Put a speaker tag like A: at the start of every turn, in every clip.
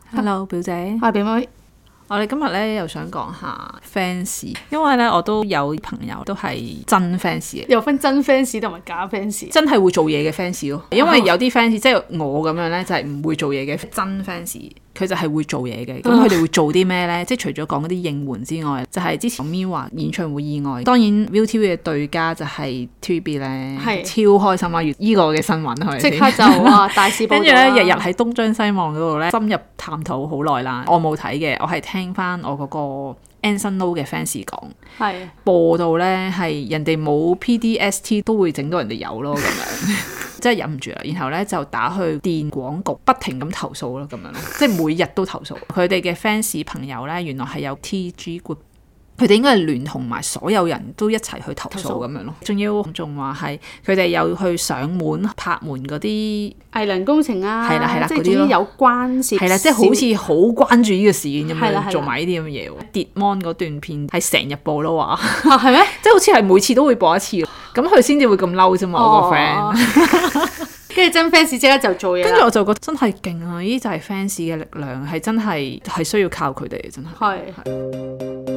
A: Hello，表姐，
B: 我係表妹，
A: 我哋今日咧又想講下 fans，因為咧我都有朋友都係真 fans 嘅。
B: 有分真 fans 同埋假 fans。
A: 真係會做嘢嘅 fans 咯，因
B: 哦
A: 為有啲 fans 即係我咁樣咧，就係、唔會做嘢嘅真 fans，佢就係會做嘢嘅。咁
B: 哦
A: 佢哋會做啲咩咧？即係除咗講嗰啲應援之外，就係、之前 MIWA 演唱會意外，當然 ViuTV 嘅對家就係 TVB 咧，
B: 係
A: 超開心啊！越依個嘅新聞佢
B: 即刻就啊大 肆報
A: 跟住
B: 道
A: 咧，
B: 啦
A: 日日喺東張西望嗰度咧，深入探討好耐啦。我冇睇嘅，我係聽翻我嗰個 Anson Lo 嘅 fans 講，
B: 係
A: 播到咧係人哋冇 PDST 都會整到人哋有咯，咁 樣即係忍唔住啦。然後咧就打去電廣局，不停咁投訴咯，咁樣咯，即係每日都投訴。佢哋嘅 fans 朋友咧，原來係有 TG group。佢哋應該係聯同埋所有人都一齊去投訴
B: 投訴
A: 咁樣咯，仲要仲話係佢哋有去上門拍門嗰啲
B: 藝能工程啊，
A: 係啦係啦
B: 即係
A: 嗰
B: 總
A: 啲咯
B: 之有關涉
A: 係啦，即係好似好關注呢個事件咁
B: 係啦係啦
A: 樣做埋呢啲咁嘅嘢喎。跌 mon 嗰段片係成日播咯話，
B: 啊係咩？
A: 即係好似係每次都會播一次，咁佢先至會咁嬲啫嘛。我個 friend，
B: 哦 跟住真 fans 即刻就做嘢
A: 跟住
B: 啦，
A: 我就覺得真係勁啊！呢啲就係 fans 嘅力量，係真係係需要靠佢哋嘅，真係。
B: 係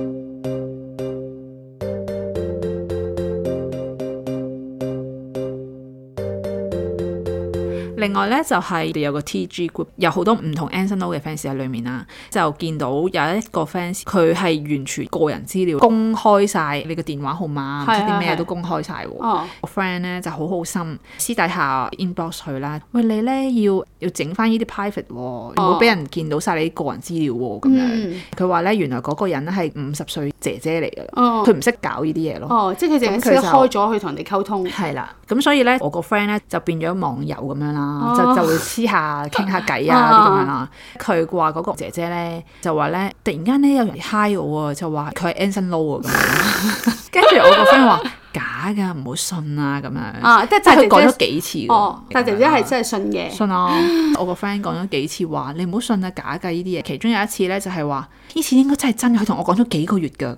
A: 另外咧就係、有個 TG group，有好多唔同 Anson Lo 嘅 fans 喺裏面啦，就見到有一個 fans 佢係完全個人資料公開晒，你個電話號碼，唔知啲
B: 係係
A: 咩
B: 係
A: 都公開晒喎。
B: 哦
A: 我 friend 咧就好好心，私底下 inbox 佢啦。喂，你咧要要整翻呢啲 private 喎，唔好俾人見到晒你啲個人資料喎咁樣。
B: 哦嗯
A: 佢話咧原來嗰個人係五十歲姐姐嚟㗎，
B: 哦
A: 佢唔識搞呢啲嘢咯。
B: 哦，即係佢淨係識得開咗去同人哋溝通，
A: 係啦，咁所以咧，我個 friend 咧就變咗網友咁樣啦，
B: 哦
A: 就就會私下傾下偈
B: 啊
A: 啊啲咁樣啦。佢話嗰個姐姐咧就話咧，突然間咧有人 hi 我喎，就話佢係 Anson Lo 啊咁樣。 跟住我個 friend 話假㗎，唔好信啊咁樣。
B: 啊即係
A: 即係佢
B: 大
A: 講
B: 姐
A: 咗幾次㗎
B: 哦，但係姐姐係
A: 係
B: 真係信嘅，
A: 信啊！ 我個 friend 講咗幾次話，你唔好信啊假㗎呢 啲嘢。其中有一次咧就係話呢次應該真係真嘅，佢同我講咗幾個月㗎。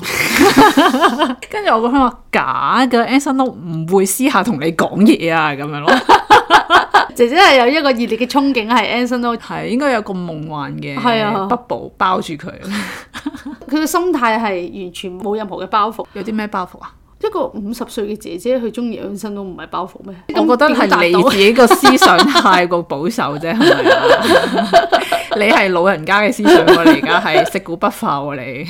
A: 跟住我個 friend 話假㗎 a n s o n 都唔會私下同你講嘢啊咁 樣咯。嗯
B: 姐姐係有一個熱烈嘅憧憬係 Anson Lo
A: 係應該有個夢幻嘅
B: 係啊
A: bubble 包住佢。
B: 佢嘅心態係完全冇任何嘅包袱。
A: 有啲咩包袱啊？
B: 一個五十歲嘅姐姐去中意養生都唔係包袱咩？
A: 我覺得
B: 咁表達
A: 係你
B: 到
A: 自己個思想太過保守啫，係咪啊 你係老人家嘅思想喎，你而家係食古不化喎，你。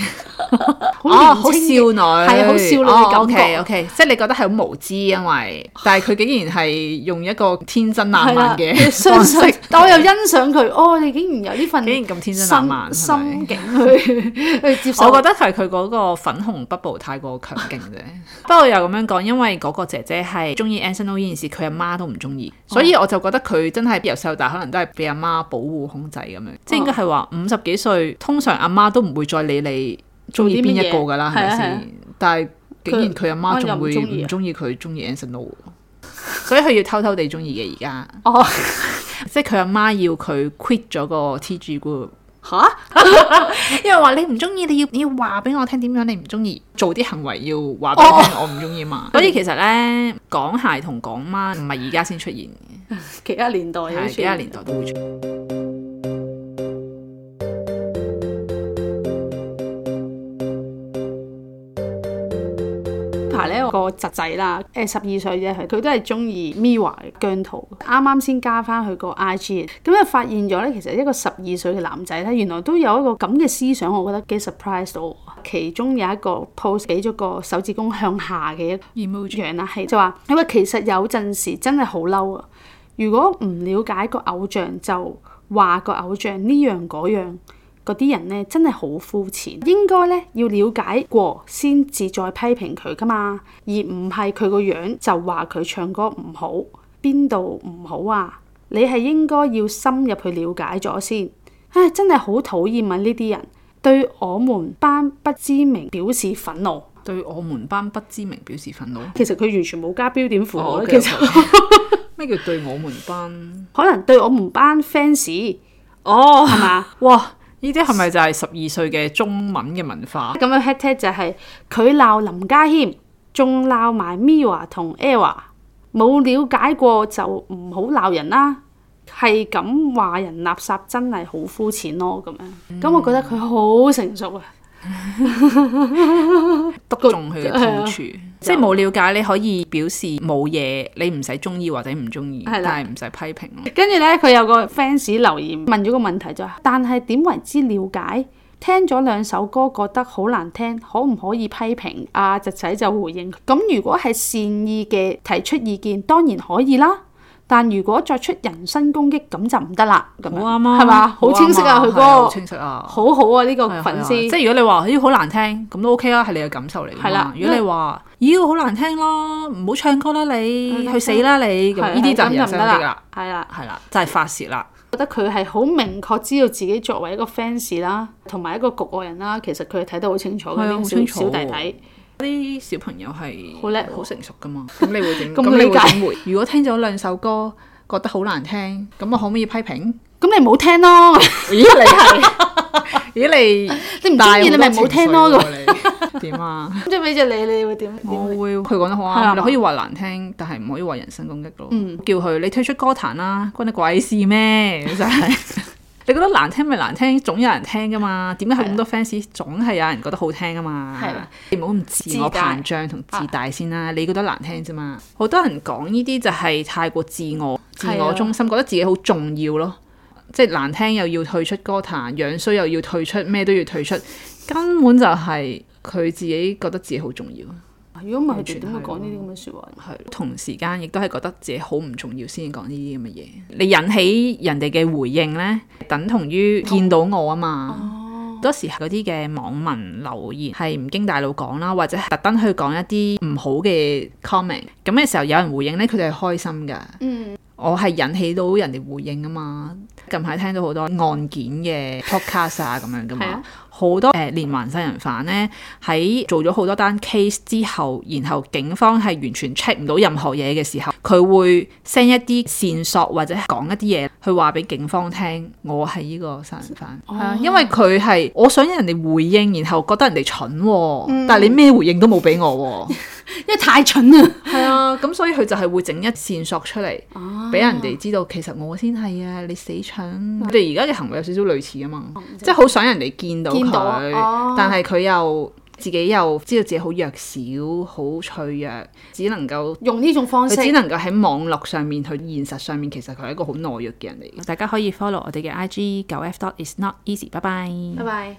A: 哦，好少
B: 好年
A: 女，
B: 輕嘅係好少女嘅感覺。
A: O K O K，即係你覺得係好無知，因為但係佢竟然係用一個天真
B: 係
A: 爛
B: 啦
A: 漫嘅
B: 相
A: 方式，
B: 信， 但我又欣賞佢。哦，你竟然有呢份
A: 竟然咁天真爛漫
B: 心
A: 係咪
B: 心境去去 接受。
A: 我覺得係佢嗰個粉紅 bubble 太過強勁 啫。不過又咁樣講，因為嗰個姐姐係中意 Anson Lo 呢件事，佢阿媽都唔中意，所
B: 嗯
A: 以我就覺得佢真係由細到大可能都係俾阿媽保護控制咁樣，即係
B: 哦
A: 應該係話五十幾歲，通常阿媽都唔會再理你中意邊一個㗎啦，係咪
B: 做啲乜嘢係啊係啊
A: 先？但係竟然佢阿媽仲會
B: 佢媽又唔啊
A: 唔中意佢中意 Anson Lo，所以佢要偷偷地中意嘅而家，
B: 哦
A: 即係佢阿媽要佢 quit 咗個 TG group。
B: 吓，
A: 因為話你唔中意，你要你要話俾我聽點樣你唔中意，做啲行為要話俾我聽我唔中意 嘛。所以其實咧，港孩同港媽唔係而家先出現，
B: 其他年代
A: 係啊幾廿年代都會出現。
B: 排咧，我個侄仔啦，誒十二歲啫，佢佢都係中意 Miwa 嘅姜濤，啱啱先加翻佢個 IG，咁就發現咗咧，其實一個十二歲嘅男仔咧，原來都有一個咁嘅思想，我覺得幾 surprise 到我。其中有一個 post 俾咗個手指公向下嘅一
A: emoji
B: 樣啦，係就話，因為其實有陣時真係好嬲啊！如果唔了解個偶像，就話個偶像呢樣嗰樣，嗰啲人呢真係好膚淺。應該呢要了解過先至再批評佢噶嘛，而唔係佢個樣就話佢唱歌唔好，邊度唔好啊？你係應該要深入去了解咗先。唉，真係好討厭啊！呢啲人對我們班不知名表示憤怒。
A: 對我們班不知名表示憤怒。
B: 其實佢完全冇加標點符號
A: 哦
B: 啦，
A: ，OK，
B: 其實
A: 咩叫對我們班？
B: 可能對我們班 fans
A: 哦，
B: 係嘛？
A: 哇！呢啲係咪就係十二歲嘅中文嘅文化？
B: 咁樣 head t a g 就係佢鬧林家謙，仲鬧埋 Miwa 同 Era，冇了解過就唔好鬧人啦。係咁話人垃圾真係好膚淺咯咁樣。咁我覺得佢好成熟啊，
A: 篤中佢嘅痛處，即係啊冇了解你可以表示冇嘢，你唔使中意或者唔中意，
B: 係
A: 但
B: 啦
A: 係唔使批評咯。
B: 跟住呢，佢有個 fans 留言問咗個問題就係：但係點為之了解？聽咗兩首歌覺得好難聽，可唔可以批評？阿、侄仔就回應：咁如果係善意嘅提出意見，當然可以啦。但如果作出人身攻擊，咁就唔得啦。咁樣
A: 好啱啊，
B: 係嘛？好清晰
A: 啱
B: 啊，佢嗰
A: 係好
B: 個
A: 清晰啊。
B: 好好啊！呢個
A: 係啊
B: 粉
A: 係啊
B: 絲
A: 即係如果你話咦好難聽，咁都 OK 啊啦，係你嘅感受嚟㗎嘛。
B: 係啦
A: 如果你話咦好難聽咯，唔好唱歌啦你，
B: 嗯
A: 去死啦你咁，
B: 係
A: 呢啲就
B: 係
A: 係人
B: 咁就
A: 生
B: 唔得
A: 啲啦，，
B: 係啦，
A: 係啦，就係發泄啦。
B: 覺得佢係好明確知道自己作為一個 fans 啦，同埋一個局外人啦，其實佢係睇得好清楚嘅
A: 係啊
B: 呢
A: 好
B: 個小
A: 清楚
B: 小弟弟。
A: 啲小朋友係
B: 好叻喎
A: 好成熟噶嘛，咁你會點？
B: 咁
A: 咁你
B: 理
A: 會
B: 解
A: 點回？如果聽咗兩首歌覺得好難聽，咁我可唔可以批評？
B: 咁你唔好聽咯，
A: 咦你係？ 咦你
B: 你唔中意你咪唔好聽咯哦咁。
A: 咁點啊？
B: 咁即係俾咗你，你會點？
A: 我會佢講得好
B: 係啊
A: 啱，你可以話難聽，但係唔可以話人身攻擊咯。叫佢你退出歌壇啦，關你鬼事咩？真係。你覺得難聽咪難聽，總有人聽噶嘛？點解佢咁多 fans 總係有人覺得好聽噶嘛？
B: 係啊
A: 你唔好咁自我
B: 自大
A: 膨脹同自大先啦。你覺得難聽啫嘛？好多人講呢啲就係太過自我、自
B: 係啊
A: 我中心，覺得自己好重要咯。即係難聽又要退出歌壇，樣衰又要退出，咩都要退出，根本就係佢自己覺得自己好重要。
B: 如果唔係佢
A: 完
B: 哋
A: 全
B: 點會
A: 係
B: 講呢啲咁嘅説話？
A: 係同時間亦都係覺得自己好唔重要先講呢啲咁嘅嘢。你引起人哋嘅回應呢，等同於見到我啊嘛。好多時候嗰啲嘅網民留言係唔經大腦講啦，或者係特登去講一啲唔好嘅 comment。咁嘅時候有人回應呢，佢哋係開心㗎。
B: 嗯，
A: 我係引起到人哋回應啊嘛。近排聽到好多案件嘅 podcast 啊咁樣噶
B: 係啊
A: 嘛，好多誒、呃、連環殺人犯咧喺做咗好多單 case 之後，然後警方係完全 check 唔到任何嘢嘅時候，佢會 send 一啲線索或者講一啲嘢去話俾警方聽，我係呢個殺人犯，係
B: 哦
A: 啊、因為佢係我想人哋回應，然後覺得人哋蠢喎，
B: 嗯
A: 但係你咩回應都冇俾我喎。
B: 因為太蠢啦。
A: 係啊，咁所以佢就係會整一線索出
B: 哦
A: 嚟，俾人哋知道其實我先係啊，你死蠢！佢哋而家嘅行為有少少類似啊嘛，即係好想人哋見到
B: 哦見
A: 佢，
B: 到哦
A: 但係佢又自己又知道自己好弱小、好脆弱，只能夠。
B: 用呢種方
A: 佢
B: 式，
A: 只能夠喺網絡上面，去現實上面，其實佢係一個好懦弱嘅人嚟嘅。大家可以 follow 我哋嘅 IG 九 F dot is not easy，拜拜。
B: 拜拜。